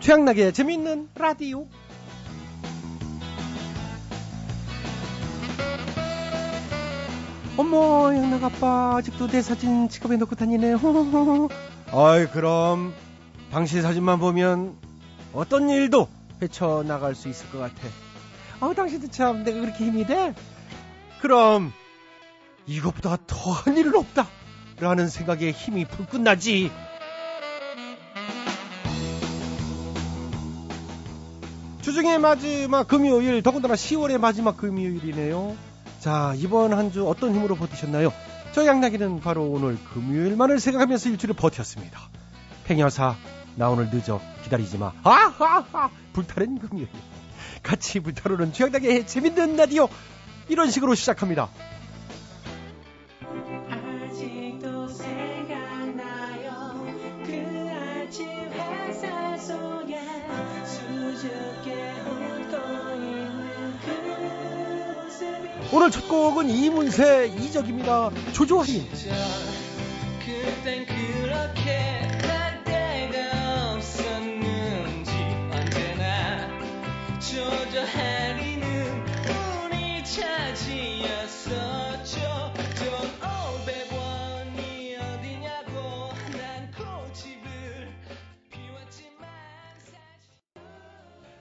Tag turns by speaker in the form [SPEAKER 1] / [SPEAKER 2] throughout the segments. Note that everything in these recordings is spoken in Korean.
[SPEAKER 1] 최양락의 재미있는 라디오. 어머, 양락 아빠 아직도 내 사진 지갑에 넣고 다니네. 호호호호. 어이, 그럼 당신 사진만 보면 어떤 일도 헤쳐 나갈 수 있을 것 같아. 어, 당신도 참 내가 그렇게 힘이 돼? 그럼 이것보다 더한 일은 없다. 라는 생각에 힘이 불끈 나지. 주중의 마지막 금요일, 더군다나 10월의 마지막 금요일이네요. 자, 이번 한 주 어떤 힘으로 버티셨나요? 저 양나기는 바로 오늘 금요일만을 생각하면서 일주를 버텼습니다. 팽여사, 나 오늘 늦어. 기다리지 마. 아하하! 불타는 금요일. 같이 불타오르는 최양락의 재밌는 라디오. 이런 식으로 시작합니다.
[SPEAKER 2] 아직도 생각나요 그 아침 햇살 속에 수줍게 웃고 있는 그 모습이
[SPEAKER 1] 오늘 첫 곡은 이문세 이적입니다. 조조하인.
[SPEAKER 2] 저 그땐 그렇게 할 데가 없었는지 언제나 조조하리는 우리 차지였었죠 돈 500원이 어디냐고 난 고집을 피웠지만 사실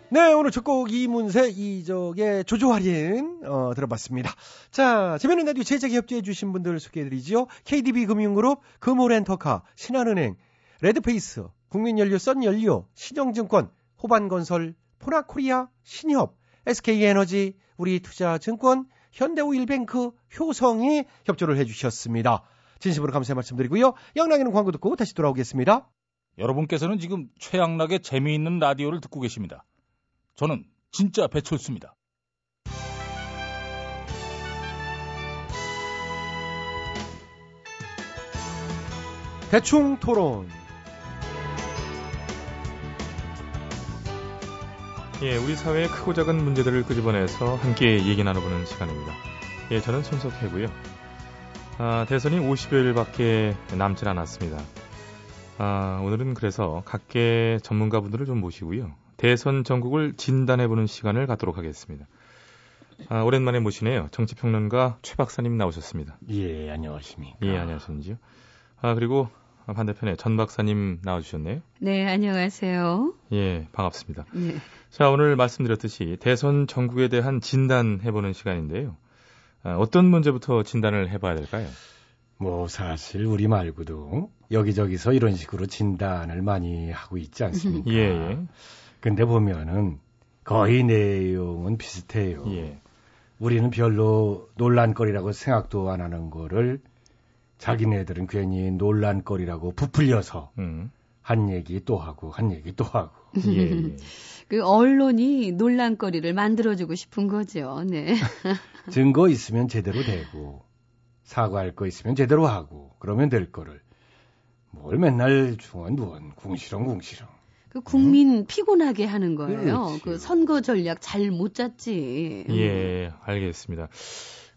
[SPEAKER 1] 네, 오늘 첫 곡 이문세 이적의 조조할인 어, 들어봤습니다. 자, 재밌는 라디오 제작에 협조해주신 분들 소개해드리죠. KDB 금융그룹, 금호렌터카, 신한은행, 레드페이스, 국민연료, 썬연료, 신영증권, 호반건설, 포나코리아, 신협, SK에너지, 우리투자증권, 현대오일뱅크, 효성이 협조를 해주셨습니다. 진심으로 감사의 말씀드리고요. 영랑이는 광고 듣고 다시 돌아오겠습니다.
[SPEAKER 3] 여러분께서는 지금 최양락의 재미있는 라디오를 듣고 계십니다. 저는 진짜 배철수입니다.
[SPEAKER 1] 대충 토론.
[SPEAKER 4] 예, 우리 사회의 크고 작은 문제들을 끄집어내서 함께 얘기 나눠보는 시간입니다. 예, 저는 손석희고요. 아, 대선이 50여일밖에 남질 않았습니다. 아, 오늘은 그래서 각계 전문가분들을 좀 모시고요. 대선 전국을 진단해보는 시간을 갖도록 하겠습니다. 아, 오랜만에 모시네요. 정치평론가 최 박사님 나오셨습니다.
[SPEAKER 5] 예, 안녕하십니까.
[SPEAKER 4] 예, 안녕하십니까. 아, 그리고 반대편에 전 박사님 나와주셨네요.
[SPEAKER 6] 네, 안녕하세요.
[SPEAKER 4] 예, 반갑습니다.
[SPEAKER 6] 네.
[SPEAKER 4] 자, 오늘 말씀드렸듯이 대선 전국에 대한 진단해보는 시간인데요. 아, 어떤 문제부터 진단을 해봐야 될까요?
[SPEAKER 5] 뭐 사실 우리 말고도 여기저기서 이런 식으로 진단을 많이 하고 있지 않습니까?
[SPEAKER 4] 예, 예.
[SPEAKER 5] 근데 보면은 거의 내용은 비슷해요.
[SPEAKER 4] 예.
[SPEAKER 5] 아, 우리는 별로 논란거리라고 생각도 안 하는 거를 자기네들은 괜히 논란거리라고 부풀려서
[SPEAKER 4] 음.
[SPEAKER 5] 한 얘기 또 하고 한 얘기 또 하고.
[SPEAKER 4] 예, 예.
[SPEAKER 6] 그 언론이 논란거리를 만들어주고 싶은 거죠. 네.
[SPEAKER 5] 증거 있으면 제대로 되고 사과할 거 있으면 제대로 하고 그러면 될 거를 뭘 맨날 중언부언 궁시렁궁시렁
[SPEAKER 6] 그 국민 피곤하게 하는 거예요.
[SPEAKER 5] 그렇지요.
[SPEAKER 6] 그 선거 전략 잘 못 짰지.
[SPEAKER 4] 예, 알겠습니다.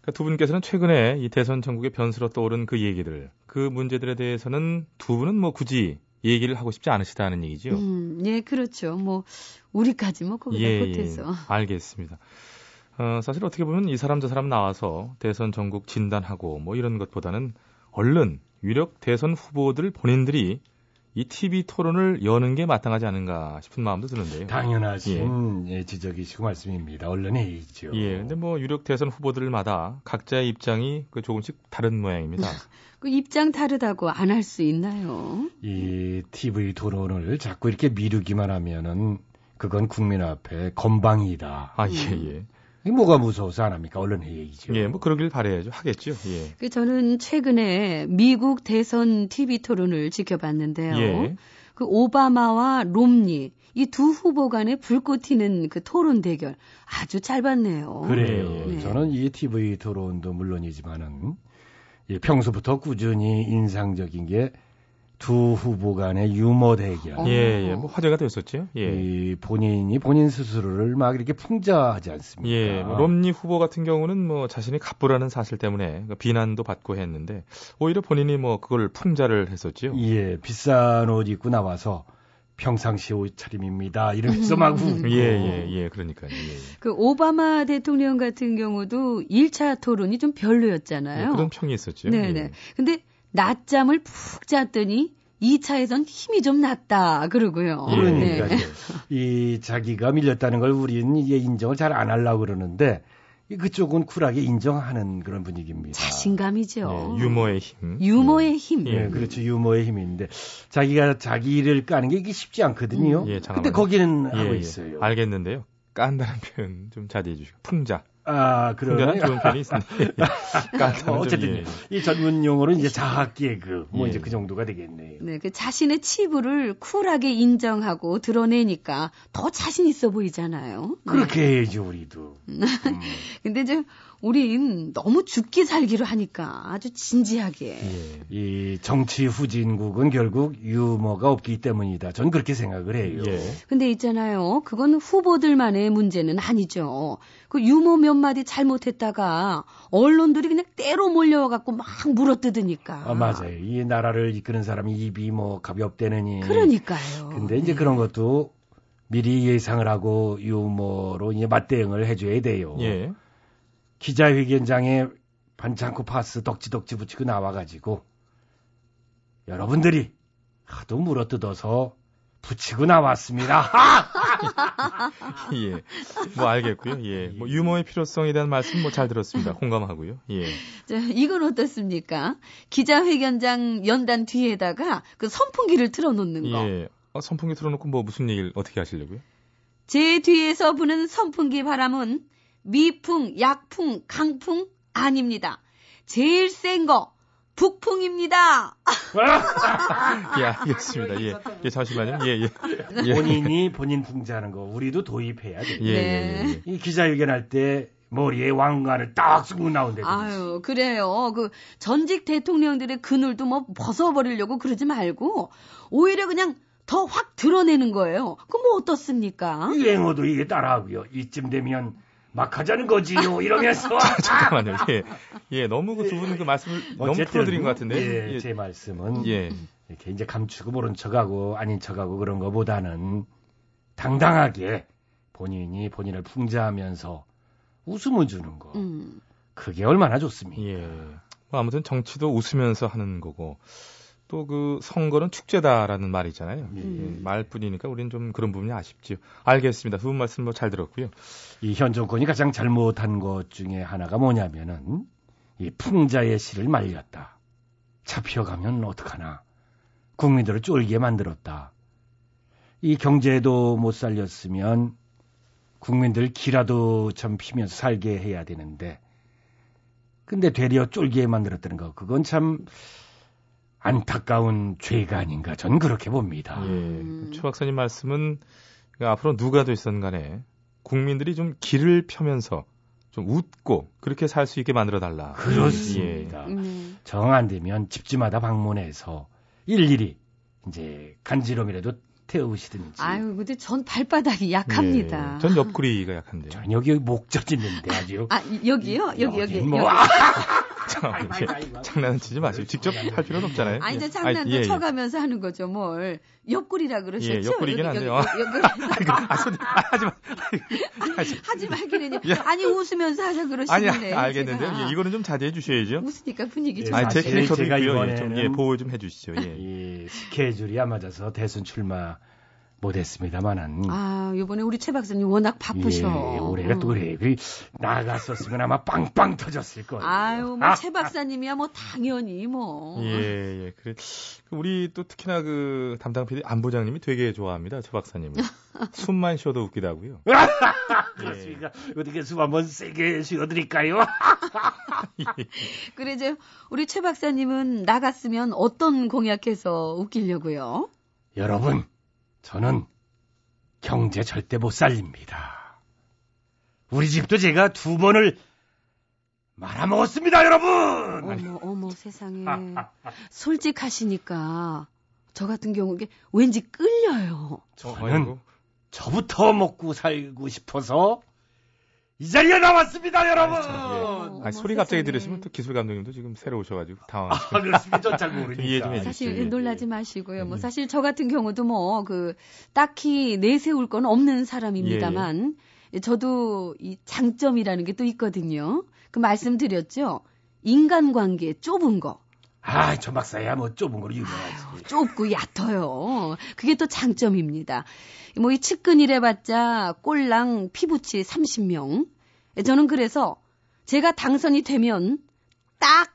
[SPEAKER 4] 그러니까 두 분께서는 최근에 이 대선 전국의 변수로 떠오른 그 얘기들, 그 문제들에 대해서는 두 분은 뭐 굳이 얘기를 하고 싶지 않으시다는 얘기죠.
[SPEAKER 6] 음, 예, 그렇죠. 뭐 우리까지 뭐 거기다
[SPEAKER 4] 예.
[SPEAKER 6] 보태서.
[SPEAKER 4] 알겠습니다. 어, 사실 어떻게 보면 이 사람 저 사람 나와서 대선 전국 진단하고 뭐 이런 것보다는 얼른 유력 대선 후보들 본인들이 이 TV 토론을 여는 게 마땅하지 않은가 싶은 마음도 드는데요.
[SPEAKER 5] 당연하신 예, 지적이시고 말씀입니다. 얼른 해이죠.
[SPEAKER 4] 예, 근데 뭐 유력 대선 후보들마다 각자의 입장이 그 조금씩 다른 모양입니다.
[SPEAKER 6] 그 입장 다르다고 안 할 수 있나요?
[SPEAKER 5] 이 TV 토론을 자꾸 이렇게 미루기만 하면은 그건 국민 앞에 건방이다.
[SPEAKER 4] 아, 예, 예.
[SPEAKER 6] 음.
[SPEAKER 5] 이게 뭐가 무서워서 안 합니까? 얼른 해이죠.
[SPEAKER 4] 예, 뭐 그러길 바래야죠. 하겠죠. 예.
[SPEAKER 6] 그 저는 최근에 미국 대선 TV 토론을 지켜봤는데요.
[SPEAKER 4] 예.
[SPEAKER 6] 그 오바마와 롬니 이 두 후보 간에 불꽃 튀는 그 토론 대결 아주
[SPEAKER 4] 어,
[SPEAKER 6] 짧았네요.
[SPEAKER 5] 그래요.
[SPEAKER 6] 네.
[SPEAKER 5] 저는 이 TV 토론도 물론이지만은 예, 평소부터 꾸준히 인상적인 게 두 후보 간의 유머 대결.
[SPEAKER 6] 어.
[SPEAKER 4] 예, 예. 뭐 화제가 되었었죠. 예.
[SPEAKER 5] 이 본인이 본인 스스로를 막 이렇게 풍자하지 않습니까?
[SPEAKER 4] 예, 뭐 롬니 후보 같은 경우는 뭐 자신이 갑부라는 사실 때문에 그 비난도 받고 했는데 오히려 본인이 뭐 그걸 풍자를 했었지요.
[SPEAKER 5] 예, 비싼 옷 입고 나와서
[SPEAKER 1] 평상시 옷차림입니다. 이러면서 막 웃고.
[SPEAKER 4] 예,
[SPEAKER 6] 어.
[SPEAKER 4] 예, 예. 그러니까요. 예, 예.
[SPEAKER 6] 그 오바마 대통령 같은 경우도 1차 토론이 좀 별로였잖아요.
[SPEAKER 4] 예, 그런 평이 있었죠.
[SPEAKER 6] 네, 어. 네네. 근데 낮잠을 푹 잤더니 2차에선 힘이 좀 났다 그러고요.
[SPEAKER 4] 예.
[SPEAKER 6] 네.
[SPEAKER 1] 그러니까요. 이 자기가 밀렸다는 걸 우리는 이제 인정을 잘 안 하려고 그러는데 이 그쪽은 쿨하게 인정하는 그런 분위기입니다.
[SPEAKER 6] 자신감이죠.
[SPEAKER 4] 예, 유머의 힘.
[SPEAKER 6] 유머의 힘.
[SPEAKER 4] 예.
[SPEAKER 1] 예, 그렇죠. 유머의 힘인데 자기가 자기를 까는 게 이게 쉽지 않거든요.
[SPEAKER 4] 음. 예, 장담합니다.
[SPEAKER 1] 근데 거기는
[SPEAKER 4] 예,
[SPEAKER 1] 하고
[SPEAKER 4] 예.
[SPEAKER 1] 있어요.
[SPEAKER 4] 알겠는데요. 깐다는 표현 좀 자제해 주시고. 풍자.
[SPEAKER 1] 아,
[SPEAKER 4] 풍자는
[SPEAKER 1] 그러면
[SPEAKER 4] 좋은 표현이 있습니다. 예, 깐다는
[SPEAKER 1] 뭐
[SPEAKER 4] 좀,
[SPEAKER 1] 어쨌든
[SPEAKER 4] 예.
[SPEAKER 1] 이 전문 용어로 이제 자학 개그 뭐
[SPEAKER 4] 예.
[SPEAKER 1] 이제 그 정도가 되겠네요.
[SPEAKER 6] 네, 그 자신의 치부를 쿨하게 인정하고 드러내니까 더 자신 있어 보이잖아요. 네.
[SPEAKER 1] 그렇게 해야죠 우리도. 음.
[SPEAKER 6] 근데 이제 우린 너무 죽기 살기로 하니까 아주 진지하게.
[SPEAKER 4] 예.
[SPEAKER 1] 이 정치 후진국은 결국 유머가 없기 때문이다. 전 그렇게 생각을 해요.
[SPEAKER 4] 예.
[SPEAKER 6] 근데 있잖아요. 그건 후보들만의 문제는 아니죠. 그 유머 몇 마디 잘못했다가 언론들이 그냥 때로 몰려와갖고 막 물어뜯으니까.
[SPEAKER 1] 아, 맞아요. 이 나라를 이끄는 사람이 입이 뭐 가볍대느니.
[SPEAKER 6] 그러니까요.
[SPEAKER 1] 근데 이제 그런 것도 미리 예상을 하고 유머로 이제 맞대응을 해줘야 돼요.
[SPEAKER 4] 예.
[SPEAKER 1] 기자회견장에 반창고 파스 덕지덕지 붙이고 나와가지고 여러분들이 하도 물어뜯어서 붙이고 나왔습니다.
[SPEAKER 4] 예. 뭐 알겠고요. 예. 뭐 유머의 필요성에 대한 말씀 뭐 잘 들었습니다. 공감하고요. 예.
[SPEAKER 6] 자, 이건 어떻습니까? 기자회견장 연단 뒤에다가 그 선풍기를 틀어놓는 거.
[SPEAKER 4] 예. 어, 선풍기 틀어놓고 뭐 무슨 얘기를 어떻게 하시려고요?
[SPEAKER 6] 제 뒤에서 부는 선풍기 바람은 미풍, 약풍, 강풍 아닙니다. 제일 센 거, 북풍입니다.
[SPEAKER 4] 예, 알겠습니다. 예. 예, 잠시만요. 예, 예. 예.
[SPEAKER 1] 본인이 본인 풍자하는 거 우리도 도입해야 돼요.
[SPEAKER 4] 예, 예, 예, 예.
[SPEAKER 1] 이 기자회견할 때 머리에 왕관을 딱 쓰고 나온다든지.
[SPEAKER 6] 아유, 그래요. 그 전직 대통령들의 그늘도 뭐 벗어버리려고 그러지 말고 오히려 그냥 더 확 드러내는 거예요. 그럼 뭐 어떻습니까?
[SPEAKER 1] 유행어도 그 이게 따라하고요. 이쯤 되면 막 하자는 거지요. 이러면서.
[SPEAKER 4] 잠깐만요. 예. 예, 너무 그 두 분 그 말씀을 너무
[SPEAKER 1] 어쨌든,
[SPEAKER 4] 풀어드린 것 같은데.
[SPEAKER 1] 예,
[SPEAKER 4] 예.
[SPEAKER 1] 제 말씀은
[SPEAKER 4] 예.
[SPEAKER 1] 이렇게 이제 감추고 모른 척하고 아닌 척하고 그런 거보다는 당당하게 본인이 본인을 풍자하면서 웃음을 주는 거.
[SPEAKER 6] 음.
[SPEAKER 1] 그게 얼마나 좋습니까?
[SPEAKER 4] 예. 뭐 아무튼 정치도 웃으면서 하는 거고 또 그 선거는 축제다라는 말이 있잖아요. 예, 말뿐이니까 우리는 좀 그런 부분이 아쉽지요. 알겠습니다. 두 분 말씀 뭐 잘 들었고요.
[SPEAKER 1] 이 현 정권이 가장 잘못한 것 중에 하나가 뭐냐면은 이 풍자의 씨를 말렸다. 잡혀가면 어떡하나. 국민들을 쫄게 만들었다. 이 경제도 못 살렸으면 국민들 기라도 참 피면서 살게 해야 되는데 근데 되려 쫄게 만들었다는 거 그건 참 안타까운 죄가 아닌가 전 그렇게 봅니다.
[SPEAKER 4] 예. 최 박사님 말씀은 그 앞으로 누가 됐든 간에 국민들이 좀 길을 펴면서 좀 웃고 그렇게 살 수 있게 만들어 달라.
[SPEAKER 1] 그렇습니다.
[SPEAKER 6] 음.
[SPEAKER 1] 정 안 되면 집집마다 방문해서 일일이 이제 간지럼이라도 태우시든지.
[SPEAKER 6] 아유, 근데 전 발바닥이 약합니다.
[SPEAKER 4] 예. 전 옆구리가 약한데.
[SPEAKER 1] 저는 여기 목젖있는데 아주.
[SPEAKER 6] 아, 이- 여기요? 여기, 여기.
[SPEAKER 1] 뭐,
[SPEAKER 6] 여기.
[SPEAKER 1] 아,
[SPEAKER 4] 예. 장난은 치지 마시고 직접 할 필요는 없잖아요.
[SPEAKER 6] 아니, 저
[SPEAKER 4] 예.
[SPEAKER 6] 장난도
[SPEAKER 4] 아, 예, 예.
[SPEAKER 6] 쳐가면서 하는 거죠, 뭘. 옆구리라 그러셨죠?
[SPEAKER 4] 예, 옆구리긴
[SPEAKER 6] 여기,
[SPEAKER 4] 한데요.
[SPEAKER 6] 여기, 여기,
[SPEAKER 4] 아이고, 아, 손, 아, 하지 마.
[SPEAKER 6] 여기. 하지 말기는요. 아니, 웃으면서 하자
[SPEAKER 4] 아니,
[SPEAKER 6] 그러시는데.
[SPEAKER 4] 아, 알겠는데요.
[SPEAKER 6] 제가
[SPEAKER 4] 예, 이거는 좀 자제해 주셔야죠.
[SPEAKER 6] 웃으니까 분위기
[SPEAKER 1] 예,
[SPEAKER 6] 좀.
[SPEAKER 4] 아니, 제
[SPEAKER 1] 사실
[SPEAKER 4] 캐릭터도
[SPEAKER 1] 제가
[SPEAKER 4] 있고요. 예, 좀, 예,
[SPEAKER 1] 이번에는-
[SPEAKER 4] 보호 좀 해주시죠. 예.
[SPEAKER 1] 이 스케줄이 안 맞아서 대선 출마 못했습니다만은.
[SPEAKER 4] 음.
[SPEAKER 6] 아, 요번에 우리 최 박사님 워낙 바쁘셔.
[SPEAKER 1] 예, 올해가
[SPEAKER 6] 음.
[SPEAKER 1] 또 그래. 그 나갔었으면 아마 빵빵 터졌을 거예요.
[SPEAKER 6] 아유, 뭐, 최 박사님이야, 뭐, 당연히, 뭐.
[SPEAKER 4] 예, 예. 그래. 그 우리 또 특히나 그 담당 PD 안보장님이 되게 좋아합니다. 저 박사님을. 숨만 쉬어도 웃기다고요.
[SPEAKER 1] 그렇습니까? 어떻게 숨 한번 세게 쉬어드릴까요?
[SPEAKER 6] 그래, 이제, 우리 최 박사님은 나갔으면 어떤 공약해서 웃기려고요?
[SPEAKER 1] 여러분, 저는 경제 절대 못 살립니다. 우리 집도 제가 두 번을 말아먹었습니다, 여러분!
[SPEAKER 6] 어머 어머 세상에 솔직하시니까 저 같은 경우 이게 왠지 끌려요.
[SPEAKER 4] 저,
[SPEAKER 1] 저는 저부터 먹고 살고 싶어서
[SPEAKER 5] 이 자리에 나왔습니다, 여러분!
[SPEAKER 4] 참,
[SPEAKER 6] 어머,
[SPEAKER 4] 아니, 소리 갑자기
[SPEAKER 6] 세상에.
[SPEAKER 4] 들으시면 또 기술 감독님도 지금 새로 오셔가지고 당황하시고.
[SPEAKER 5] 아, 그렇습니다. 전잘 모르니까.
[SPEAKER 4] 이해 좀 해주세요.
[SPEAKER 6] 사실
[SPEAKER 4] 예, 예.
[SPEAKER 6] 놀라지 마시고요. 뭐 사실 저 같은 경우도 뭐 그 딱히 내세울 건 없는 사람입니다만
[SPEAKER 4] 예,
[SPEAKER 6] 저도 이 장점이라는 게 또 있거든요. 그 말씀드렸죠. 인간관계 좁은 거.
[SPEAKER 5] 아, 저 박사야 뭐 좁은 걸로
[SPEAKER 4] 예.
[SPEAKER 5] 유명하지.
[SPEAKER 6] 좁고 얕아요. 그게 또 장점입니다. 뭐 이 측근이래봤자 꼴랑 피부치 30명. 예, 저는 그래서 제가 당선이 되면 딱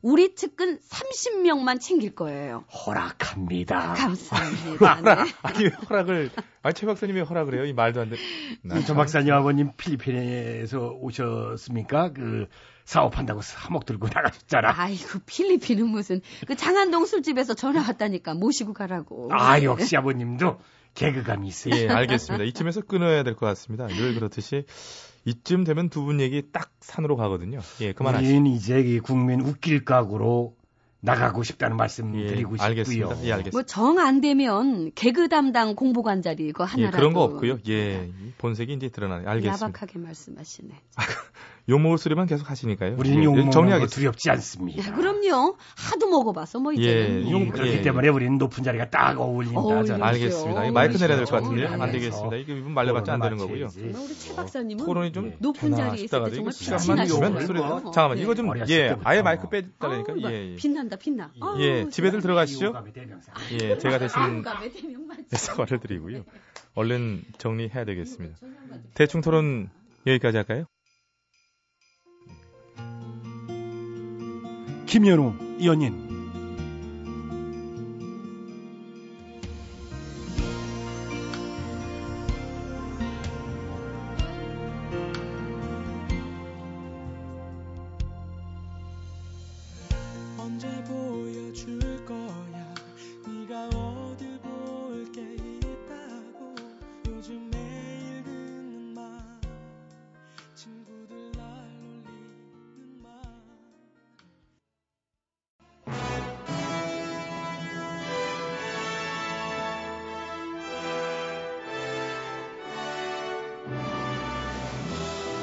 [SPEAKER 6] 우리 측근 30명만 챙길 거예요.
[SPEAKER 4] 아.
[SPEAKER 5] 허락합니다.
[SPEAKER 6] 감사합니다. 네.
[SPEAKER 4] 아니, 왜 허락을, 아니, 최 박사님이 허락을 해요? 이 말도 안 돼. 나
[SPEAKER 5] 이 전
[SPEAKER 4] 참-
[SPEAKER 5] 네, 박사님 아버님 필리핀에서 오셨습니까? 그 사업한다고 3억 들고 나가셨잖아.
[SPEAKER 6] 아이고 필리핀은 무슨 그 장안동 술집에서 전화 왔다니까 모시고 가라고.
[SPEAKER 5] 아, 역시 아버님도 개그감이 있어요.
[SPEAKER 4] 네. 예, 알겠습니다. 이쯤에서 끊어야 될 것 같습니다. 늘 그렇듯이 이쯤 되면 두 분 얘기 딱 산으로 가거든요. 예, 그만하시죠.
[SPEAKER 5] 우린 이제 이 국민 웃길 각오로 나가고 싶다는 말씀
[SPEAKER 4] 예,
[SPEAKER 5] 드리고 싶고요.
[SPEAKER 4] 알겠습니다. 예, 알겠습니다.
[SPEAKER 6] 뭐 정 안 되면 개그 담당 공보관 자리 이거
[SPEAKER 5] 뭐
[SPEAKER 4] 예,
[SPEAKER 6] 하나라도
[SPEAKER 4] 그런 거 없고요. 예, 이 본색이 이제 드러나요. 알겠습니다.
[SPEAKER 6] 야박하게 말씀하시네.
[SPEAKER 4] 욕먹을 소리만 계속 하시니까요.
[SPEAKER 5] 우리는
[SPEAKER 4] 예,
[SPEAKER 5] 욕먹는 거
[SPEAKER 4] 정리하겠습니다.
[SPEAKER 5] 두렵지 않습니다.
[SPEAKER 6] 야, 그럼요. 하도 먹어봐서 뭐 이제는.
[SPEAKER 4] 예,
[SPEAKER 6] 뭐.
[SPEAKER 4] 용-
[SPEAKER 5] 이- 그렇기
[SPEAKER 4] 예,
[SPEAKER 5] 때문에 우리는 높은 자리가 딱 어울린다.
[SPEAKER 6] 어울리죠.
[SPEAKER 5] 저는.
[SPEAKER 4] 알겠습니다. 이
[SPEAKER 6] 어,
[SPEAKER 4] 마이크 내려야 될 것
[SPEAKER 5] 그렇죠.
[SPEAKER 4] 같은데요. 안
[SPEAKER 5] 그래서 어,
[SPEAKER 4] 되겠습니다. 이거 이분 말려봤자 안 되는 거고요.
[SPEAKER 5] 마치지.
[SPEAKER 6] 정말 뭐 우리 최 박사님은
[SPEAKER 4] 어, 토론이 좀
[SPEAKER 5] 예.
[SPEAKER 6] 높은
[SPEAKER 4] 되나
[SPEAKER 6] 자리에 있을
[SPEAKER 4] 싶다가지고
[SPEAKER 6] 때 정말
[SPEAKER 4] 시간만
[SPEAKER 5] 빛나시는
[SPEAKER 4] 주면
[SPEAKER 5] 분이에요.
[SPEAKER 4] 소리
[SPEAKER 5] 뭐.
[SPEAKER 4] 잠깐만 이거 좀
[SPEAKER 5] 어렸을
[SPEAKER 4] 예,
[SPEAKER 5] 때부터.
[SPEAKER 4] 아, 아예 마이크
[SPEAKER 6] 아우,
[SPEAKER 4] 빼달라니까
[SPEAKER 6] 막
[SPEAKER 4] 예, 예.
[SPEAKER 6] 빛난다 빛나. 아우,
[SPEAKER 4] 예, 집에들 들어가시죠.
[SPEAKER 5] 이호감의 대명사.
[SPEAKER 4] 예, 제가 대신
[SPEAKER 6] 아우감의 대명 맞지.
[SPEAKER 4] 사과를 드리고요. 얼른 정리해야 되겠습니다.
[SPEAKER 6] 아,
[SPEAKER 4] 대충 토론 여기까지 할까요?
[SPEAKER 1] 김현우, 연인.
[SPEAKER 2] 언제 보여줄 거야 네가 어딜 볼 게 있다고 요즘 매일 듣는 말 친구들 날 놀리는 말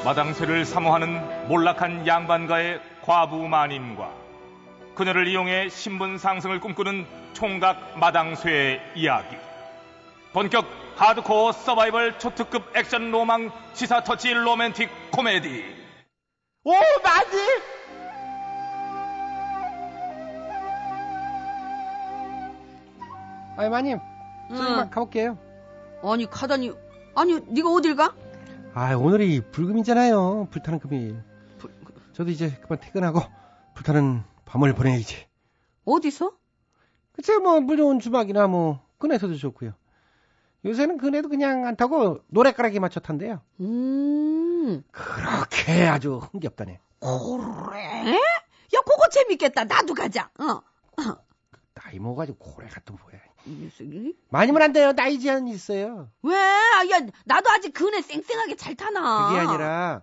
[SPEAKER 7] 마당쇠를 사모하는 몰락한 양반가의 과부 마님과 그녀를 이용해 신분 상승을 꿈꾸는 총각 마당쇠의 이야기. 본격 하드코어 서바이벌 초특급 액션 로망 시사 터치 로맨틱 코미디. 오, 마님!
[SPEAKER 1] 아, 마님,
[SPEAKER 6] 응.
[SPEAKER 1] 가볼게요.
[SPEAKER 6] 아니 가다니. 아니 네가 어딜 가?
[SPEAKER 1] 아, 오늘이 불금이잖아요. 불타는 금일.
[SPEAKER 6] 불-
[SPEAKER 1] 저도 이제 그만 퇴근하고 불타는 밤을 보내야지.
[SPEAKER 6] 어디서?
[SPEAKER 1] 그치, 뭐, 물 좋은 주막이나 뭐, 근에서도 좋고요. 요새는 근에도 그냥 안 타고 노래가락에 맞춰 탄대요.
[SPEAKER 6] 음.
[SPEAKER 1] 그렇게 아주 흥겹다네.
[SPEAKER 6] 고래? 야 그거 재밌겠다. 나도 가자. 어.
[SPEAKER 1] 나이 먹어가지고 고래 같은 뭐야.
[SPEAKER 6] 이 녀석이.
[SPEAKER 1] 많이면 안 돼요. 나이 제한 있어요.
[SPEAKER 6] 왜? 아, 야, 나도 아직 근에 쌩쌩하게 잘 타나.
[SPEAKER 1] 그게 아니라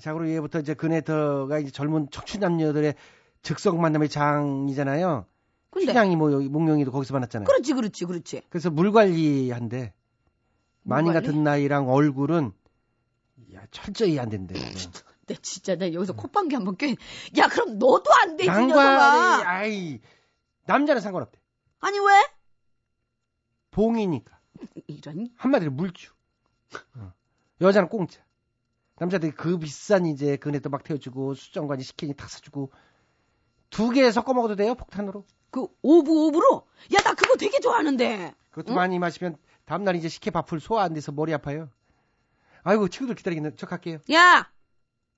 [SPEAKER 1] 자고로 이제부터 이제 그네터가 이제 젊은 청춘 남녀들의 즉석 만남의 장이잖아요.
[SPEAKER 6] 근데
[SPEAKER 1] 춘향이 뭐 여기 몽룡이도 거기서 만났잖아요.
[SPEAKER 6] 그렇지, 그렇지, 그렇지.
[SPEAKER 1] 그래서 물 관리한대. 마님
[SPEAKER 6] 물 관리?
[SPEAKER 1] 같은 나이랑 얼굴은 야, 철저히 안 된대.
[SPEAKER 6] 내 네, 진짜 나 여기서 콧방귀 한번 껴. 야, 그럼 너도 안 돼, 이
[SPEAKER 1] 양반이
[SPEAKER 6] 녀석아.
[SPEAKER 1] 아이 남자는 상관없대.
[SPEAKER 6] 아니 왜?
[SPEAKER 1] 봉이니까
[SPEAKER 6] 이런
[SPEAKER 1] 한마디로 물주. 어. 여자는 공짜. 남자들이 그 비싼 이제 그네도 막 태워주고 수정관이 시키니 다 사주고 두 개 섞어 먹어도 돼요 폭탄으로.
[SPEAKER 6] 그 오브 오브로? 야, 나 그거 되게 좋아하는데.
[SPEAKER 1] 그것도
[SPEAKER 6] 응?
[SPEAKER 1] 많이 마시면 다음날 이제 식혜 밥풀 소화 안 돼서 머리 아파요. 아이고 친구들 기다리겠네. 저 갈게요.
[SPEAKER 6] 야,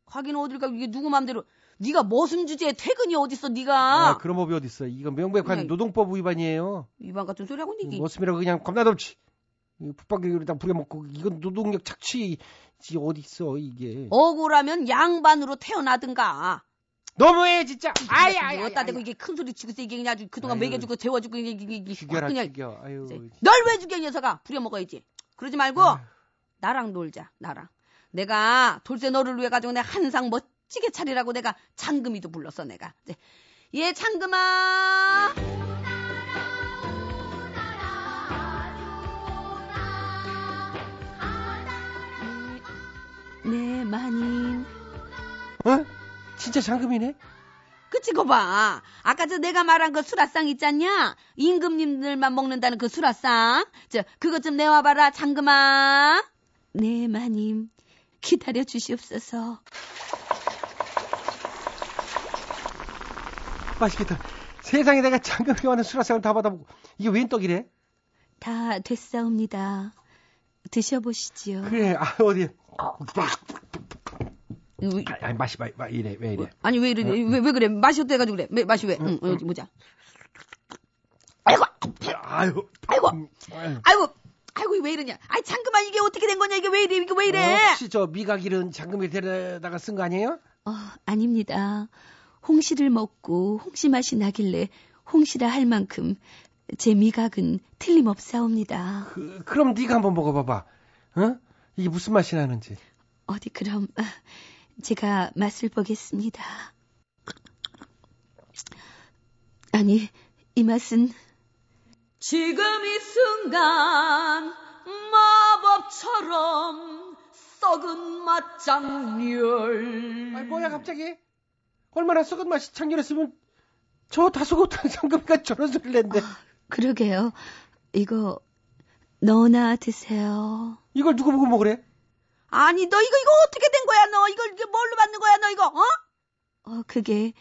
[SPEAKER 6] 가긴 어딜 가? 이게 누구 맘대로? 네가 머슴 주제에 퇴근이 어딨어, 네가?
[SPEAKER 1] 아, 그런 법이 어딨어. 이건 명백한
[SPEAKER 6] 그냥-
[SPEAKER 1] 노동법 위반이에요.
[SPEAKER 6] 이방 같은 소리 하고
[SPEAKER 1] 이
[SPEAKER 6] 있니?
[SPEAKER 1] 머슴이라고 그냥 겁나 덥지. 북박이로 다 부려먹고 이건 노동력 착취지 어디 있어 이게.
[SPEAKER 6] 억울하면 양반으로 태어나든가.
[SPEAKER 1] 너무해 진짜. 아이 아이. 아이,
[SPEAKER 6] 어따
[SPEAKER 1] 아이.
[SPEAKER 6] 대고 이게 큰 소리 치고서 이게 그냥 아주 그동안
[SPEAKER 1] 아유.
[SPEAKER 6] 먹여주고 재워주고 이게 이게 이게
[SPEAKER 1] 죽여라
[SPEAKER 6] 그냥
[SPEAKER 1] 죽여. 아유.
[SPEAKER 6] 널 왜 죽여 이 녀석아 부려먹어야지 그러지 말고 나랑 놀자 나랑 내가 돌쇠 너를 위해 가지고 내가 한상 멋지게 차리라고 내가 장금이도 불렀어 내가 이제 예 장금아 음, 네, 마님.
[SPEAKER 1] 어? 진짜 잔금이네?
[SPEAKER 6] 그치, 거 봐. 아까 저 내가 말한 그 수라상 있잖냐? 임금님들만 먹는다는 그 수라상. 저, 그것 좀 내와봐라, 장금아. 네, 마님. 기다려 주시옵소서.
[SPEAKER 1] 맛있겠다. 세상에 내가 잔금 교환한 수라상을 다 받아보고 이게 웬 떡이래?
[SPEAKER 6] 다 됐사옵니다. 드셔보시지요.
[SPEAKER 1] 그래, 아, 어디?
[SPEAKER 6] 으,
[SPEAKER 1] 아, 아, 맛이 마, 마, 이래, 왜 이래?
[SPEAKER 6] 아니 왜 이래? 왜, 왜 그래? 맛이 어때가지고 그래? 매- 맛이 왜? 응, 응, 여기 보자. 아이고,
[SPEAKER 1] 아유,
[SPEAKER 6] 아이고, 아이고, 아이고 왜 이러냐? 아이 잠깐만 이게 어떻게 된 거냐? 이게 왜 이래? 이게 왜 이래?
[SPEAKER 1] 어, 혹시 저 미각 잃은 잔금을 데려다가 쓴 거 아니에요?
[SPEAKER 6] 어, 아닙니다. 홍시를 먹고 홍시 맛이 나길래 홍시라 할 만큼 제 미각은 틀림없사옵니다.
[SPEAKER 1] 그, 그럼 네가 한번 먹어봐봐. 어? 이게 무슨 맛이 나는지.
[SPEAKER 6] 어디 그럼 아, 제가 맛을 보겠습니다. 아니 이 맛은 지금 이 순간 마법처럼 썩은 맛장렬 음.
[SPEAKER 1] 아니 뭐야 갑자기? 얼마나 썩은 맛이 창렬했으면 저 다소곳한 상금이가 저런 소리를 낸데
[SPEAKER 6] 아. 그러게요. 이거 너나 드세요.
[SPEAKER 1] 이걸 누구 보고 먹으래?
[SPEAKER 6] 아니 너 이거 이거 어떻게 된 거야 너 이걸 이게 뭘로 받는 거야 너 이거 어? 어 그게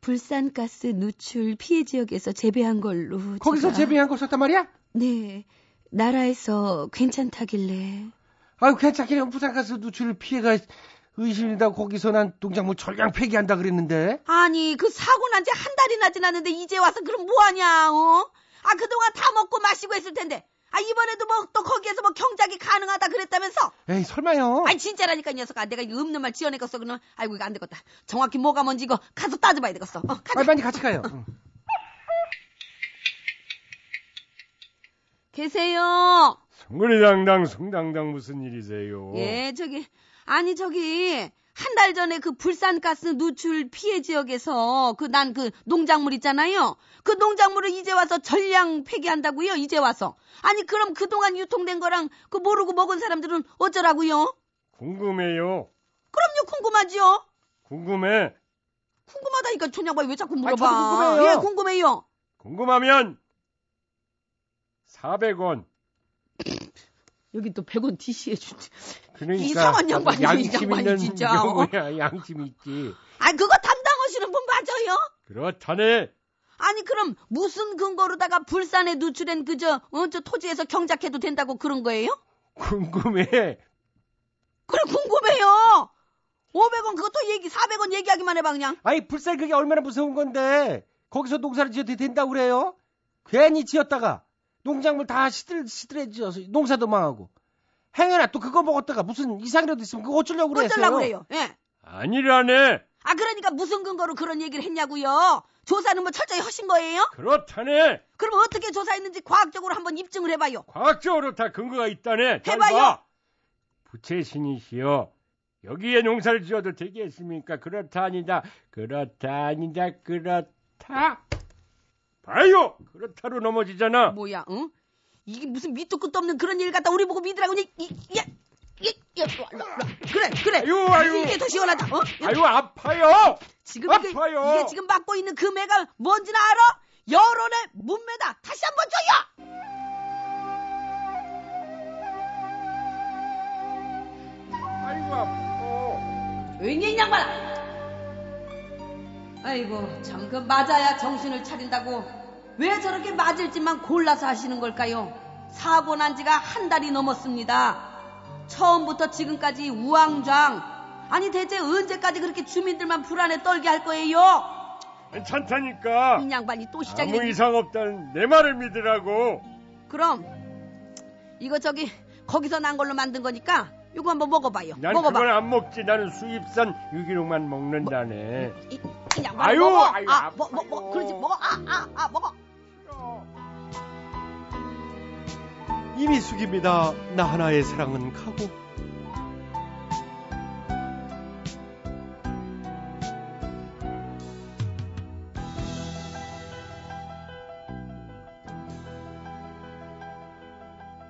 [SPEAKER 6] 불산가스 누출 피해 지역에서 재배한 걸로
[SPEAKER 1] 거기서
[SPEAKER 6] 제가-
[SPEAKER 1] 재배한 걸 썼단 말이야?
[SPEAKER 6] 네 나라에서 괜찮다길래
[SPEAKER 1] 아유 괜찮긴 부산가스 누출 피해가 의심이다 거기서 난 농작물 전량 폐기한다 그랬는데
[SPEAKER 6] 아니 그 사고 난 지 한 달이나 지났는데 이제 와서 그럼 뭐하냐 어? 아 그동안 다 먹고 마시고 했을 텐데 아 이번에도 뭐 또 거기에서 뭐 경작이 가능하다 그랬다면서
[SPEAKER 1] 에이 설마요
[SPEAKER 6] 아니 진짜라니까 이 녀석아 내가 이거 없는 말 지어내겠어 그럼 아이고 이거 안 되겠다 정확히 뭐가 뭔지 이거 가서 따져봐야 되겠어 어, 가자.
[SPEAKER 1] 아니, 빨리 같이 가요 응.
[SPEAKER 6] 계세요
[SPEAKER 5] 송그리당당 송당당 무슨 일이세요?
[SPEAKER 6] 예, 저기 아니 저기 한 달 전에 그 불산가스 누출 피해 지역에서 그 난 그 농작물 있잖아요. 그 농작물을 이제 와서 전량 폐기한다고요. 이제 와서. 아니 그럼 그동안 유통된 거랑 그 모르고 먹은 사람들은 어쩌라고요?
[SPEAKER 5] 궁금해요.
[SPEAKER 6] 그럼요 궁금하지요.
[SPEAKER 5] 궁금해.
[SPEAKER 6] 궁금하다니까 촌양반 왜 자꾸
[SPEAKER 1] 저도
[SPEAKER 6] 물어봐?
[SPEAKER 1] 궁금해요.
[SPEAKER 6] 예, 궁금해요.
[SPEAKER 5] 궁금하면 400원.
[SPEAKER 6] 여기 또 100원 DC해 주지.
[SPEAKER 5] 그러니까
[SPEAKER 6] 이상한 양반이네,
[SPEAKER 5] 양심
[SPEAKER 6] 양반이
[SPEAKER 5] 있는
[SPEAKER 6] 진짜.
[SPEAKER 5] 경우야 양심 있지.
[SPEAKER 6] 아 그거 담당하시는 분 맞아요?
[SPEAKER 5] 그렇다네.
[SPEAKER 6] 아니 그럼 무슨 근거로다가 불산에 누출한 그저 어, 저 토지에서 경작해도 된다고 그런 거예요?
[SPEAKER 5] 궁금해.
[SPEAKER 6] 그래 궁금해요. 500원 그것도 얘기 400원 얘기하기만 해봐 그냥.
[SPEAKER 1] 아니 불살 그게 얼마나 무서운 건데 거기서 농사를 지어도 된다고 그래요? 괜히 지었다가 농작물 다 시들 시들해져서 농사도 망하고 행여나 또 그거 먹었다가 무슨 이상이라도 있으면 그거 어쩌려고 그래요?
[SPEAKER 6] 어쩌려고 그래요? 예.
[SPEAKER 5] 아니라네.
[SPEAKER 6] 아 그러니까 무슨 근거로 그런 얘기를 했냐고요. 조사는 뭐 철저히 하신 거예요?
[SPEAKER 5] 그렇다네.
[SPEAKER 6] 그럼 어떻게 조사했는지 과학적으로 한번 입증을 해봐요.
[SPEAKER 5] 과학적으로 다 근거가 있다네. 잘
[SPEAKER 6] 해봐요.
[SPEAKER 5] 봐. 부채 신이시여. 여기에 농사를 지어도 되겠습니까? 그렇다 아니다. 그렇다 아니다. 그렇다. 봐요. 그렇다로 넘어지잖아.
[SPEAKER 6] 뭐야? 응? 이게 무슨 밑도 끝도 없는 그런 일 갖다 우리 보고 믿으라고 그냥 이, 이, 야, 이, 야, 와, 와, 와. 그래, 그래.
[SPEAKER 5] 아유, 아유.
[SPEAKER 6] 이게 더 시원하다. 어?
[SPEAKER 5] 아유 아파요.
[SPEAKER 6] 지금 이게,
[SPEAKER 5] 아파요.
[SPEAKER 6] 이게 지금 맡고 있는 그 매가 뭔지는 알아? 여론의 문매다. 다시 한번 줘요.
[SPEAKER 5] 아이고 아파.
[SPEAKER 6] 웬일 양반아! 아이고 참 그 맞아야 정신을 차린다고 왜 저렇게 맞을지만 골라서 하시는 걸까요? 사고 난 지가 한 달이 넘었습니다. 처음부터 지금까지 우왕좌왕 아니 대체 언제까지 그렇게 주민들만 불안에 떨게 할 거예요?
[SPEAKER 5] 괜찮다니까.
[SPEAKER 6] 이 양반이 또
[SPEAKER 5] 아무
[SPEAKER 6] 시작이네.
[SPEAKER 5] 이상 없다는 내 말을 믿으라고.
[SPEAKER 6] 그럼 이거 저기 거기서 난 걸로 만든 거니까 이거 한번 먹어봐요.
[SPEAKER 5] 난
[SPEAKER 6] 먹어봐.
[SPEAKER 5] 그걸 안 먹지. 나는 수입산 유기농만 먹는다네.
[SPEAKER 6] 이, 이 양반
[SPEAKER 5] 아유,
[SPEAKER 6] 먹어.
[SPEAKER 5] 아유,
[SPEAKER 6] 아, 뭐, 뭐,
[SPEAKER 5] 아파요.
[SPEAKER 6] 뭐, 그러지 먹어. 아, 아, 아, 먹어.
[SPEAKER 1] 이미 숙입니다. 나 하나의 사랑은 가고.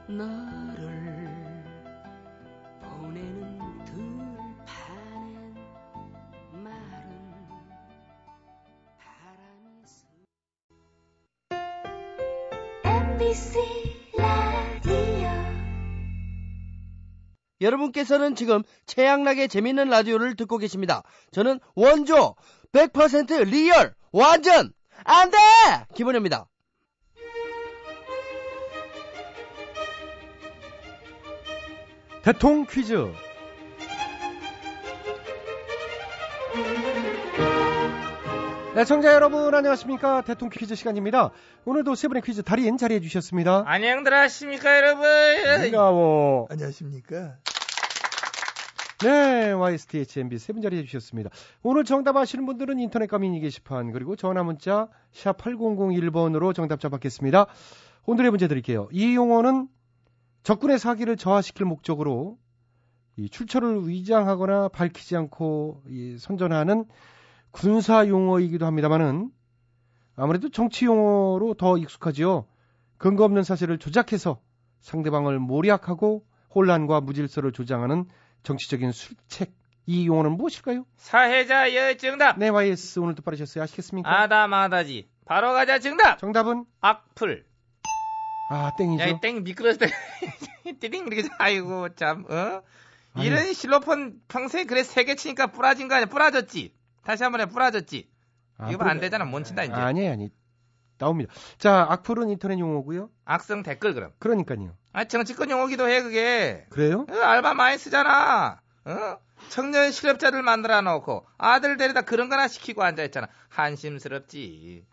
[SPEAKER 2] 나를 보내는 두
[SPEAKER 8] MBC 라디오
[SPEAKER 9] 여러분께서는 지금 최양락의 재밌는 라디오를 듣고 계십니다. 저는 원조 100% 리얼 완전 안돼 김은혜입니다.
[SPEAKER 1] 대통 퀴즈. 네, 청자 여러분 안녕하십니까? 대통 퀴즈 시간입니다. 오늘도 세 분의 퀴즈 달인 자리해 주셨습니다.
[SPEAKER 10] 안녕들 하십니까 여러분
[SPEAKER 1] 반가워.
[SPEAKER 11] 안녕하십니까?
[SPEAKER 1] 네, YSTHMB 세 분 자리해 주셨습니다. 오늘 정답 아시는 분들은 인터넷 가민이 게시판 그리고 전화 문자 샵 8001번으로 정답 잡았겠습니다. 오늘의 문제 드릴게요. 이 용어는 적군의 사기를 저하시킬 목적으로 이 출처를 위장하거나 밝히지 않고 이 선전하는 군사 용어이기도 합니다만은 아무래도 정치 용어로 더 익숙하지요. 근거 없는 사실을 조작해서 상대방을 모략하고 혼란과 무질서를 조장하는 정치적인 술책. 이 용어는 무엇일까요?
[SPEAKER 10] 사회자 여 정답
[SPEAKER 1] 네, YS 오늘도 빠르셨어요. 아시겠습니까?
[SPEAKER 10] 아다마다지 바로 가자 정답
[SPEAKER 1] 정답은
[SPEAKER 10] 악플
[SPEAKER 1] 아, 땡이죠.
[SPEAKER 10] 아. 야 이 땡 미끄러질 때 띠링 이렇게 해서 아이고 참 어? 이런 실로폰 평소에 그래 세 개 치니까 부러진 거 아니야 부러졌지 다시 한번 해 부러졌지
[SPEAKER 1] 아,
[SPEAKER 10] 이거
[SPEAKER 1] 그래.
[SPEAKER 10] 면안 되잖아 못 친다 이제
[SPEAKER 1] 아니, 아니. 나옵니다. 자, 악플은 인터넷 용어고요.
[SPEAKER 10] 악성 댓글 그럼
[SPEAKER 1] 그러니까요.
[SPEAKER 10] 아 정치권 용어기도 해 그게
[SPEAKER 1] 그래요?
[SPEAKER 10] 어, 알바 많이 쓰잖아. 어? 청년 실업자들 만들어 놓고 아들 데려다 그런 거나 시키고 앉아 있잖아. 한심스럽지.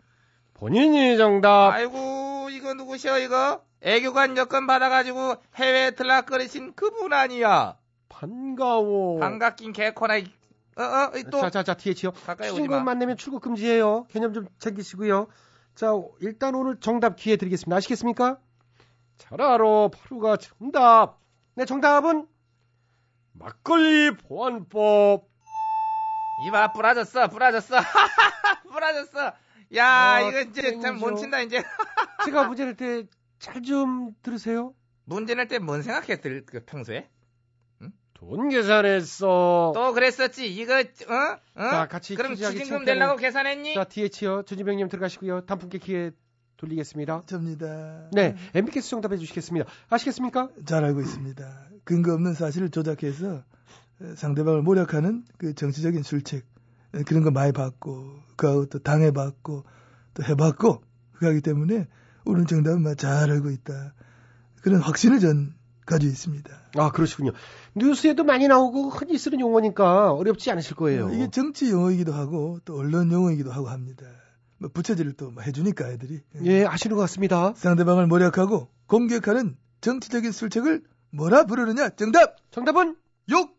[SPEAKER 1] 본인이 정답.
[SPEAKER 10] 아이고 이거 누구셔 이거? 애교관 여권 받아가지고 해외 들락거리신 그분 아니야.
[SPEAKER 1] 반가워.
[SPEAKER 10] 반갑긴 개코나. 이- 어, 어, 이 또.
[SPEAKER 1] 자, 자, 자, TH요.
[SPEAKER 10] 가까이 오지 마.
[SPEAKER 1] 추진금 만나면 출국 금지예요. 개념 좀 챙기시고요. 자, 일단 오늘 정답 기회 드리겠습니다. 아시겠습니까? 잘 알아. 바로가 정답. 네, 정답은 막걸리 보안법.
[SPEAKER 10] 이봐 부라졌어 부라졌어. 부라졌어. 야
[SPEAKER 1] 아,
[SPEAKER 10] 이거 이제 참
[SPEAKER 1] 땡이죠.
[SPEAKER 10] 못 친다 이제.
[SPEAKER 1] 제가 문제 낼 때 잘 좀 들으세요.
[SPEAKER 10] 문제 낼 때 뭔 생각해 들 그, 평소에?
[SPEAKER 1] 돈 계산했어.
[SPEAKER 10] 또 그랬었지 이거 어? 어?
[SPEAKER 1] 자, 같이
[SPEAKER 10] 그럼
[SPEAKER 1] 퀴즈 하기
[SPEAKER 10] 지진금
[SPEAKER 1] 창피하네.
[SPEAKER 10] 내려고 계산했니?
[SPEAKER 1] 자, TH요. 준지명님 들어가시고요. 단풍계 기회 돌리겠습니다.
[SPEAKER 11] 접니다.
[SPEAKER 1] 네, MBK스 정답해 주시겠습니다. 아시겠습니까?
[SPEAKER 11] 잘 알고 있습니다. 근거 없는 사실을 조작해서 에, 상대방을 모략하는 그 정치적인 술책 에, 그런 거 많이 봤고 그하고 또 당해봤고 또 해봤고 그하기 때문에 오른 정답은 막잘 알고 있다. 그런 확신을 전 가지고 있습니다.
[SPEAKER 1] 아, 그러시군요. 뉴스에도 많이 나오고 흔히 쓰는 용어니까 어렵지 않으실 거예요.
[SPEAKER 11] 이게 정치 용어이기도 하고 또 언론 용어이기도 하고 합니다. 뭐 부채질을 또막 해주니까 애들이 예.
[SPEAKER 1] 예, 아시는 것 같습니다.
[SPEAKER 11] 상대방을 모략하고 공격하는 정치적인 술책을 뭐라 부르느냐? 정답
[SPEAKER 1] 정답은
[SPEAKER 11] 욕.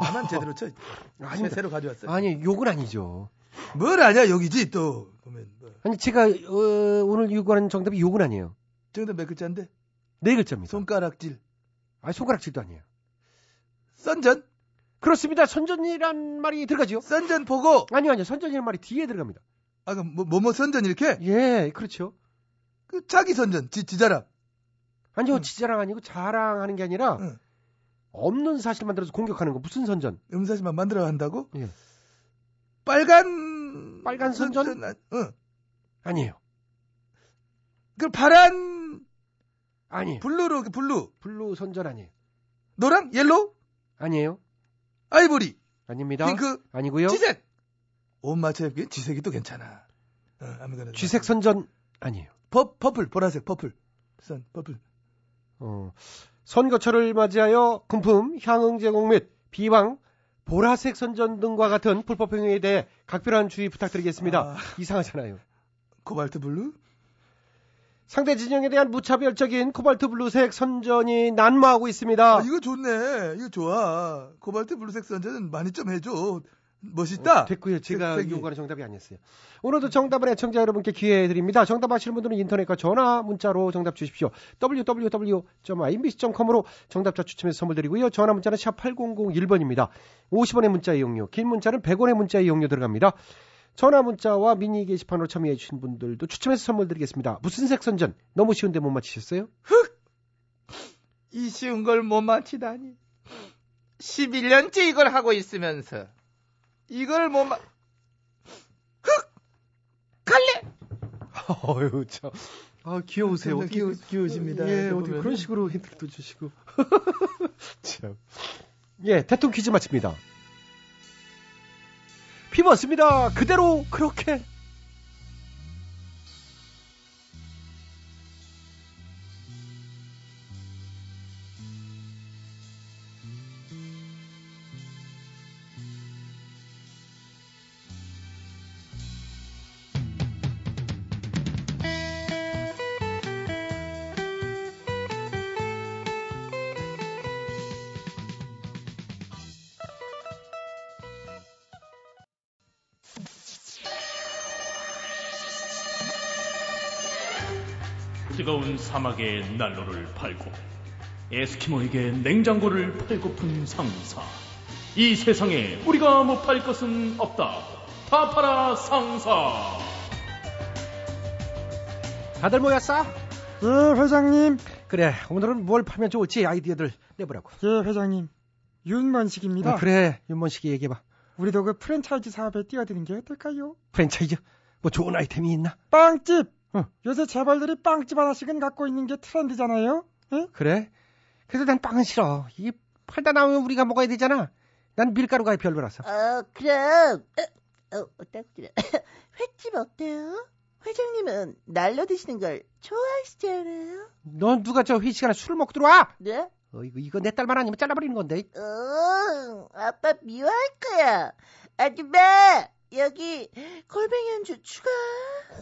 [SPEAKER 11] 나만 제대로 쳐. 아니 새로 가져왔어요.
[SPEAKER 1] 아니 욕은 아니죠.
[SPEAKER 11] 뭘 아냐 여기지 또 보면 뭐.
[SPEAKER 1] 아니 제가 어, 오늘 요구하는 정답이 욕은 아니에요.
[SPEAKER 11] 정답 몇 글자인데
[SPEAKER 1] 네 글자입니다.
[SPEAKER 11] 손가락질
[SPEAKER 1] 아니 손가락질도 아니에요.
[SPEAKER 11] 선전
[SPEAKER 1] 그렇습니다. 선전이란 말이 들어가죠.
[SPEAKER 11] 선전 보고
[SPEAKER 1] 아니요 아니요 선전이란 말이 뒤에 들어갑니다.
[SPEAKER 11] 아그 뭐뭐 선전 이렇게
[SPEAKER 1] 예 그렇죠.
[SPEAKER 11] 그 자기 선전 지 지자랑
[SPEAKER 1] 아니요
[SPEAKER 11] 응.
[SPEAKER 1] 지자랑 아니고 자랑하는 게 아니라
[SPEAKER 11] 응.
[SPEAKER 1] 없는 사실 만들어서 공격하는 거 무슨 선전?
[SPEAKER 11] 음사시만 만들어 한다고
[SPEAKER 1] 예.
[SPEAKER 11] 빨간
[SPEAKER 1] 빨간 선전?
[SPEAKER 11] 아, 응.
[SPEAKER 1] 아니에요.
[SPEAKER 11] 그 파란
[SPEAKER 1] 아니에요.
[SPEAKER 11] 블루로 그 블루
[SPEAKER 1] 블루 선전 아니에요.
[SPEAKER 11] 노랑 옐로우
[SPEAKER 1] 아니에요.
[SPEAKER 11] 아이보리
[SPEAKER 1] 아닙니다.
[SPEAKER 11] 핑크
[SPEAKER 1] 아니고요.
[SPEAKER 11] 지색 옷 맞춰 입기 지색이 또 괜찮아 어, 아무거나
[SPEAKER 1] 쥐색 선전 아니에요.
[SPEAKER 11] 퍼, 퍼플 보라색 퍼플 선 퍼플
[SPEAKER 1] 어, 선거철을 맞이하여 금품, 향응 제공 및 비방, 보라색 선전 등과 같은 불법 행위에 대해 각별한 주의 부탁드리겠습니다.
[SPEAKER 11] 아.
[SPEAKER 1] 이상하잖아요.
[SPEAKER 11] 코발트 블루
[SPEAKER 1] 상대 진영에 대한 무차별적인 코발트 블루색 선전이 난무하고 있습니다.
[SPEAKER 11] 아, 이거 좋네. 이거 좋아. 코발트 블루색 선전은 많이 좀 해줘. 멋있다.
[SPEAKER 1] 어, 됐고요. 제가
[SPEAKER 11] 색색이.
[SPEAKER 1] 요구하는 정답이 아니었어요. 오늘도 정답을 애청자 여러분께 기회 드립니다. 정답 아시는 분들은 인터넷과 전화, 문자로 정답 주십시오. www.imbc.com으로 정답자 추첨해서 선물 드리고요. 전화 문자는 샵 8001번입니다. 50원의 문자 이용료, 긴 문자는 100원의 문자 이용료 들어갑니다. 전화 문자와 미니 게시판으로 참여해 주신 분들도 추첨해서 선물 드리겠습니다. 무슨 색 선전? 너무 쉬운데 못 맞히셨어요?
[SPEAKER 10] 이 쉬운 걸 못 맞히다니. 11년째 이걸 하고 있으면서 이걸 못 맞... 흑! 갈래!
[SPEAKER 1] 어휴, 참. 아, 귀여우세요.
[SPEAKER 11] 상당히
[SPEAKER 1] 어떻게-
[SPEAKER 11] 귀여, 귀여우십니다.
[SPEAKER 1] 예,
[SPEAKER 11] 이렇게
[SPEAKER 1] 어떻게
[SPEAKER 11] 보면은.
[SPEAKER 1] 그런 식으로 힌트를 또 주시고. 참. 예, 대통령 퀴즈 마칩니다. 피부었습니다. 그대로 그렇게.
[SPEAKER 8] 뜨거운 사막에 난로를 팔고 에스키모에게 냉장고를 팔고픈 상사. 이 세상에 우리가 못 팔 것은 없다. 다 팔아 상사.
[SPEAKER 1] 다들 모였어?
[SPEAKER 12] 예, 회장님.
[SPEAKER 1] 그래, 오늘은 뭘 파면 좋을지 아이디어들 내보라고.
[SPEAKER 12] 예, 회장님. 윤만식입니다.
[SPEAKER 5] 음,
[SPEAKER 1] 아, 그래, 윤mon식이 얘기해봐.
[SPEAKER 12] 우리도 그 프랜차이즈 사업에 뛰어드는 게 어떨까요?
[SPEAKER 1] 프랜차이즈? 뭐 좋은 아이템이 있나?
[SPEAKER 12] 빵집! 어, 요새 재벌들이 빵집 하나씩은 갖고 있는 게 트렌드잖아요? 예?
[SPEAKER 1] 그래? 그래도 난 빵은 싫어. 이게 팔다 나오면 우리가 먹어야 되잖아. 난 밀가루가 별로라서.
[SPEAKER 13] 어, 그럼 어, 어, 어떡지래. 횟집 어때요? 회장님은 날로 드시는 걸 좋아하시잖아요.
[SPEAKER 1] 넌 누가 저 회식하나 술을 먹고 들어와?
[SPEAKER 13] 네?
[SPEAKER 1] 어, 이거, 이거 내 딸만 아니면 잘라버리는 건데.
[SPEAKER 13] 응, 아빠 미워할 거야. 아줌마, 여기 골뱅이 안주 추가.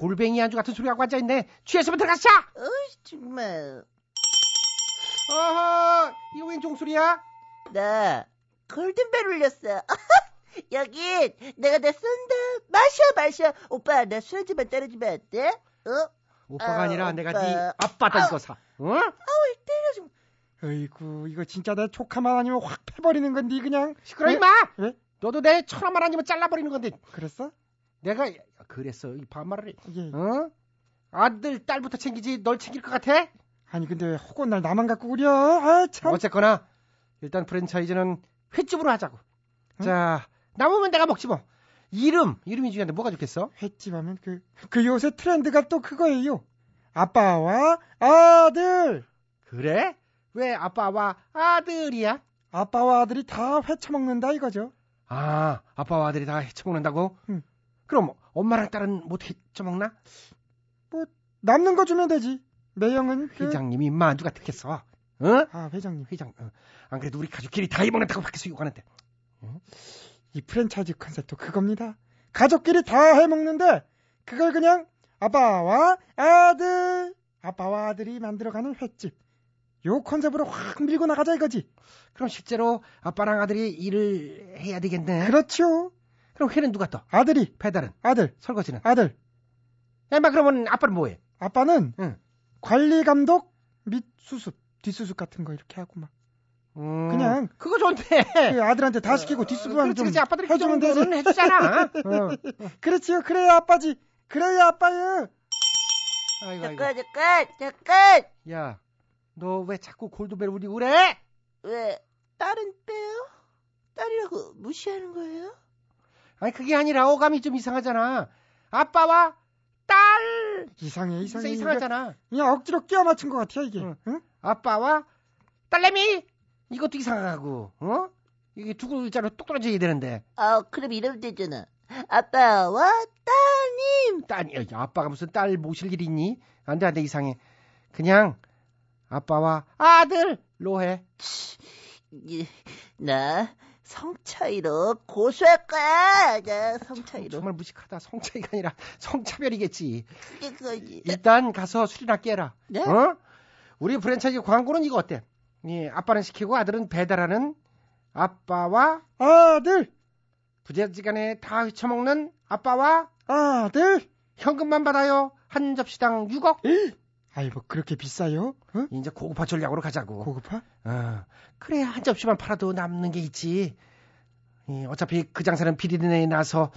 [SPEAKER 1] 골뱅이 안주 같은 소리하고 앉아있네. 취해서면 들어갔어!
[SPEAKER 13] 어이, 정말.
[SPEAKER 1] 어허, 이거 웬 종소리야?
[SPEAKER 13] 나 골든벨 울렸어. 여기 내가 내 쏜다. 마셔, 마셔. 오빠, 나 술 한 잔만 따라주면 안 돼? 어?
[SPEAKER 1] 오빠가
[SPEAKER 13] 아,
[SPEAKER 1] 아니라 내가
[SPEAKER 13] 오빠.
[SPEAKER 1] 네 아빠다 이거 사. 어? 응?
[SPEAKER 13] 아우, 때려 좀.
[SPEAKER 12] 어이구, 이거 진짜 내 조카만 아니면 확 패버리는 건데, 그냥.
[SPEAKER 1] 시끄러, 임마!
[SPEAKER 12] 예?
[SPEAKER 1] 너도 내 천원만 아니면 잘라버리는 건데.
[SPEAKER 12] 그랬어?
[SPEAKER 1] 내가, 아, 그랬어. 이 반말을. 해.
[SPEAKER 12] 예.
[SPEAKER 1] 어? 아들, 딸부터 챙기지 널 챙길 것 같아?
[SPEAKER 12] 아니, 근데 왜 혹은 날 나만 갖고 그려? 아, 참.
[SPEAKER 1] 어쨌거나, 일단 프랜차이즈는 횟집으로 하자고. 자, 남으면 내가 먹지 뭐. 이름, 이름이 중요한데 뭐가 좋겠어?
[SPEAKER 12] 횟집 하면 그, 그 요새 트렌드가 또 그거예요. 아빠와 아들!
[SPEAKER 1] 그래? 왜 아빠와 아들이야?
[SPEAKER 12] 아빠와 아들이 다 회쳐먹는다 이거죠.
[SPEAKER 1] 아, 아빠와 아들이 다 헤쳐먹는다고? 그럼 엄마랑 딸은 못 헤쳐먹나?
[SPEAKER 12] 뭐, 남는 거 주면 되지. 매형은 그...
[SPEAKER 1] 회장님이 인마 안주 같겠어. 응?
[SPEAKER 12] 아, 회장님.
[SPEAKER 1] 회장. 어. 안 그래도 우리 가족끼리 다 해먹는다고 밖에서 욕하는데.
[SPEAKER 12] 이 프랜차이즈 컨셉도 그겁니다. 가족끼리 다 해먹는데 그걸 그냥 아빠와 아들, 아빠와 아들이 만들어가는 횟집. 요 컨셉으로 확 밀고 나가자 이거지.
[SPEAKER 1] 그럼 실제로 아빠랑 아들이 일을 해야 되겠네.
[SPEAKER 12] 그렇죠.
[SPEAKER 1] 그럼 회는 누가 떠?
[SPEAKER 12] 아들이,
[SPEAKER 1] 배달은?
[SPEAKER 12] 아들,
[SPEAKER 1] 설거지는?
[SPEAKER 12] 아들.
[SPEAKER 1] 야, 인마 그러면 아빠는 뭐해?
[SPEAKER 12] 아빠는
[SPEAKER 1] 응.
[SPEAKER 12] 관리 감독 및 수습, 뒷수습 같은 거 이렇게 하고 막.
[SPEAKER 1] 음,
[SPEAKER 12] 그냥
[SPEAKER 1] 그거 좋은데.
[SPEAKER 12] 그 아들한테 다 시키고 뒷수습만
[SPEAKER 1] 어, 그렇지,
[SPEAKER 12] 좀
[SPEAKER 1] 그렇지. 아빠들이 그
[SPEAKER 12] 해주면 되지.
[SPEAKER 1] 정도는 해주잖아. 어.
[SPEAKER 12] 그렇지요. 그래야 아빠지. 그래야 아빠예요.
[SPEAKER 1] 아이고, 아이고.
[SPEAKER 13] 잠깐, 잠깐, 잠깐.
[SPEAKER 1] 야, 너 왜 자꾸 골드벨 우리 그래?
[SPEAKER 13] 왜 딸은 빼요? 딸이라고 무시하는 거예요?
[SPEAKER 1] 아니 그게 아니라 어감이 좀 이상하잖아. 아빠와 딸
[SPEAKER 12] 이상해, 이상해.
[SPEAKER 1] 이상하잖아.
[SPEAKER 12] 그냥 억지로 끼워 맞춘 것 같아요, 이게. 응?
[SPEAKER 1] 아빠와 딸내미 이것도 이상하고, 어? 이게 두 글자로 똑 떨어져야 되는데.
[SPEAKER 13] 아, 그럼 이러면 되잖아. 아빠와 따님.
[SPEAKER 1] 딸이 야, 아빠가 무슨 딸 모실 일 있니? 안돼 안돼 이상해. 그냥 아빠와 아들로 해.
[SPEAKER 13] 이- 나 성차이로 고소할 거야. 나 성차이로.
[SPEAKER 1] 정말 무식하다. 성차이가 아니라 성차별이겠지.
[SPEAKER 13] 그게 그거지.
[SPEAKER 1] 일단 가서 술이나 깨라.
[SPEAKER 13] 네?
[SPEAKER 1] 어? 우리 프랜차이즈 광고는 이거 어때? 예, 아빠는 시키고 아들은 배달하는 아빠와
[SPEAKER 12] 아들,
[SPEAKER 1] 부재지간에 다 휘쳐먹는 아빠와
[SPEAKER 12] 아들.
[SPEAKER 1] 현금만 받아요. 한 접시당 6억.
[SPEAKER 12] 아이고, 그렇게 비싸요? 응?
[SPEAKER 1] 이제 고급화 전략으로 가자고.
[SPEAKER 12] 고급화?
[SPEAKER 1] 어, 그래 한 접시만 팔아도 남는 게 있지. 예, 어차피 그 장사는 비린내 나서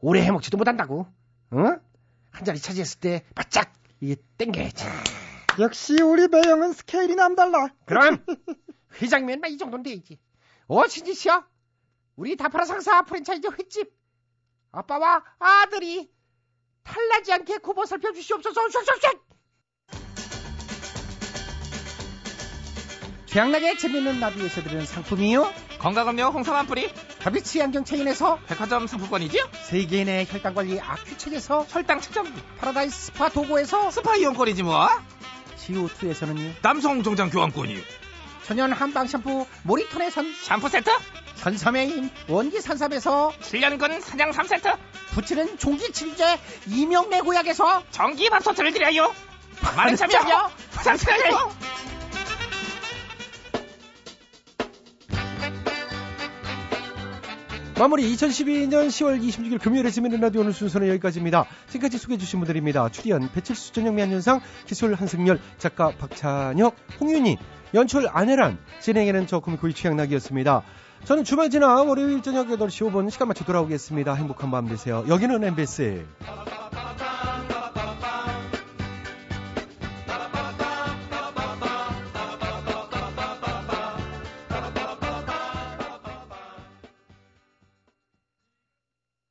[SPEAKER 1] 오래 해먹지도 못한다고. 응? 한 자리 차지했을 때 바짝 이게 땡겨야지.
[SPEAKER 12] 역시 우리 매형은 스케일이 남달라.
[SPEAKER 1] 그럼 회장이면 막이 정도는 돼야지. 어, 신지 씨야? 우리 다파라 상사 프랜차이즈 횟집. 아빠와 아들이 탈나지 않게 굽어 살펴주시옵소서. 슉슉슉! 태양나게 재밌는 라디오에서 드리는 상품이요.
[SPEAKER 8] 건강음료 홍삼 한 뿌리.
[SPEAKER 1] 다비치 안경 체인에서
[SPEAKER 8] 백화점 상품권이지요.
[SPEAKER 1] 세계인의 혈당관리 아큐책에서
[SPEAKER 8] 혈당 측정기.
[SPEAKER 1] 파라다이스 스파 도구에서
[SPEAKER 8] 스파 이용권이지 뭐.
[SPEAKER 1] CO2에서는요.
[SPEAKER 8] 남성 정장 교환권이요.
[SPEAKER 1] 천연 한방 샴푸 모리톤에선
[SPEAKER 8] 샴푸 세트.
[SPEAKER 1] 선삼의 힘 원기 산삼에서
[SPEAKER 8] 7년근 사냥 3세트.
[SPEAKER 1] 부치는 종기 침제 이명매 고약에서
[SPEAKER 8] 전기 밥솥을 드려요. 많은 참여 부탁드려요.
[SPEAKER 11] 마무리 2012년 10월 26일 금요일에 재밌는 라디오 오늘 순서는 여기까지입니다. 지금까지 소개해주신 분들입니다. 출연 배칠수 전영미 한현상 기술 한승열 작가 박찬혁 홍윤희 연출 안혜란 진행에는 저 코미코이 최양락이었습니다. 저는 주말 지나 월요일 저녁 8시 5분 시간 맞춰 돌아오겠습니다. 행복한 밤 되세요. 여기는 MBC.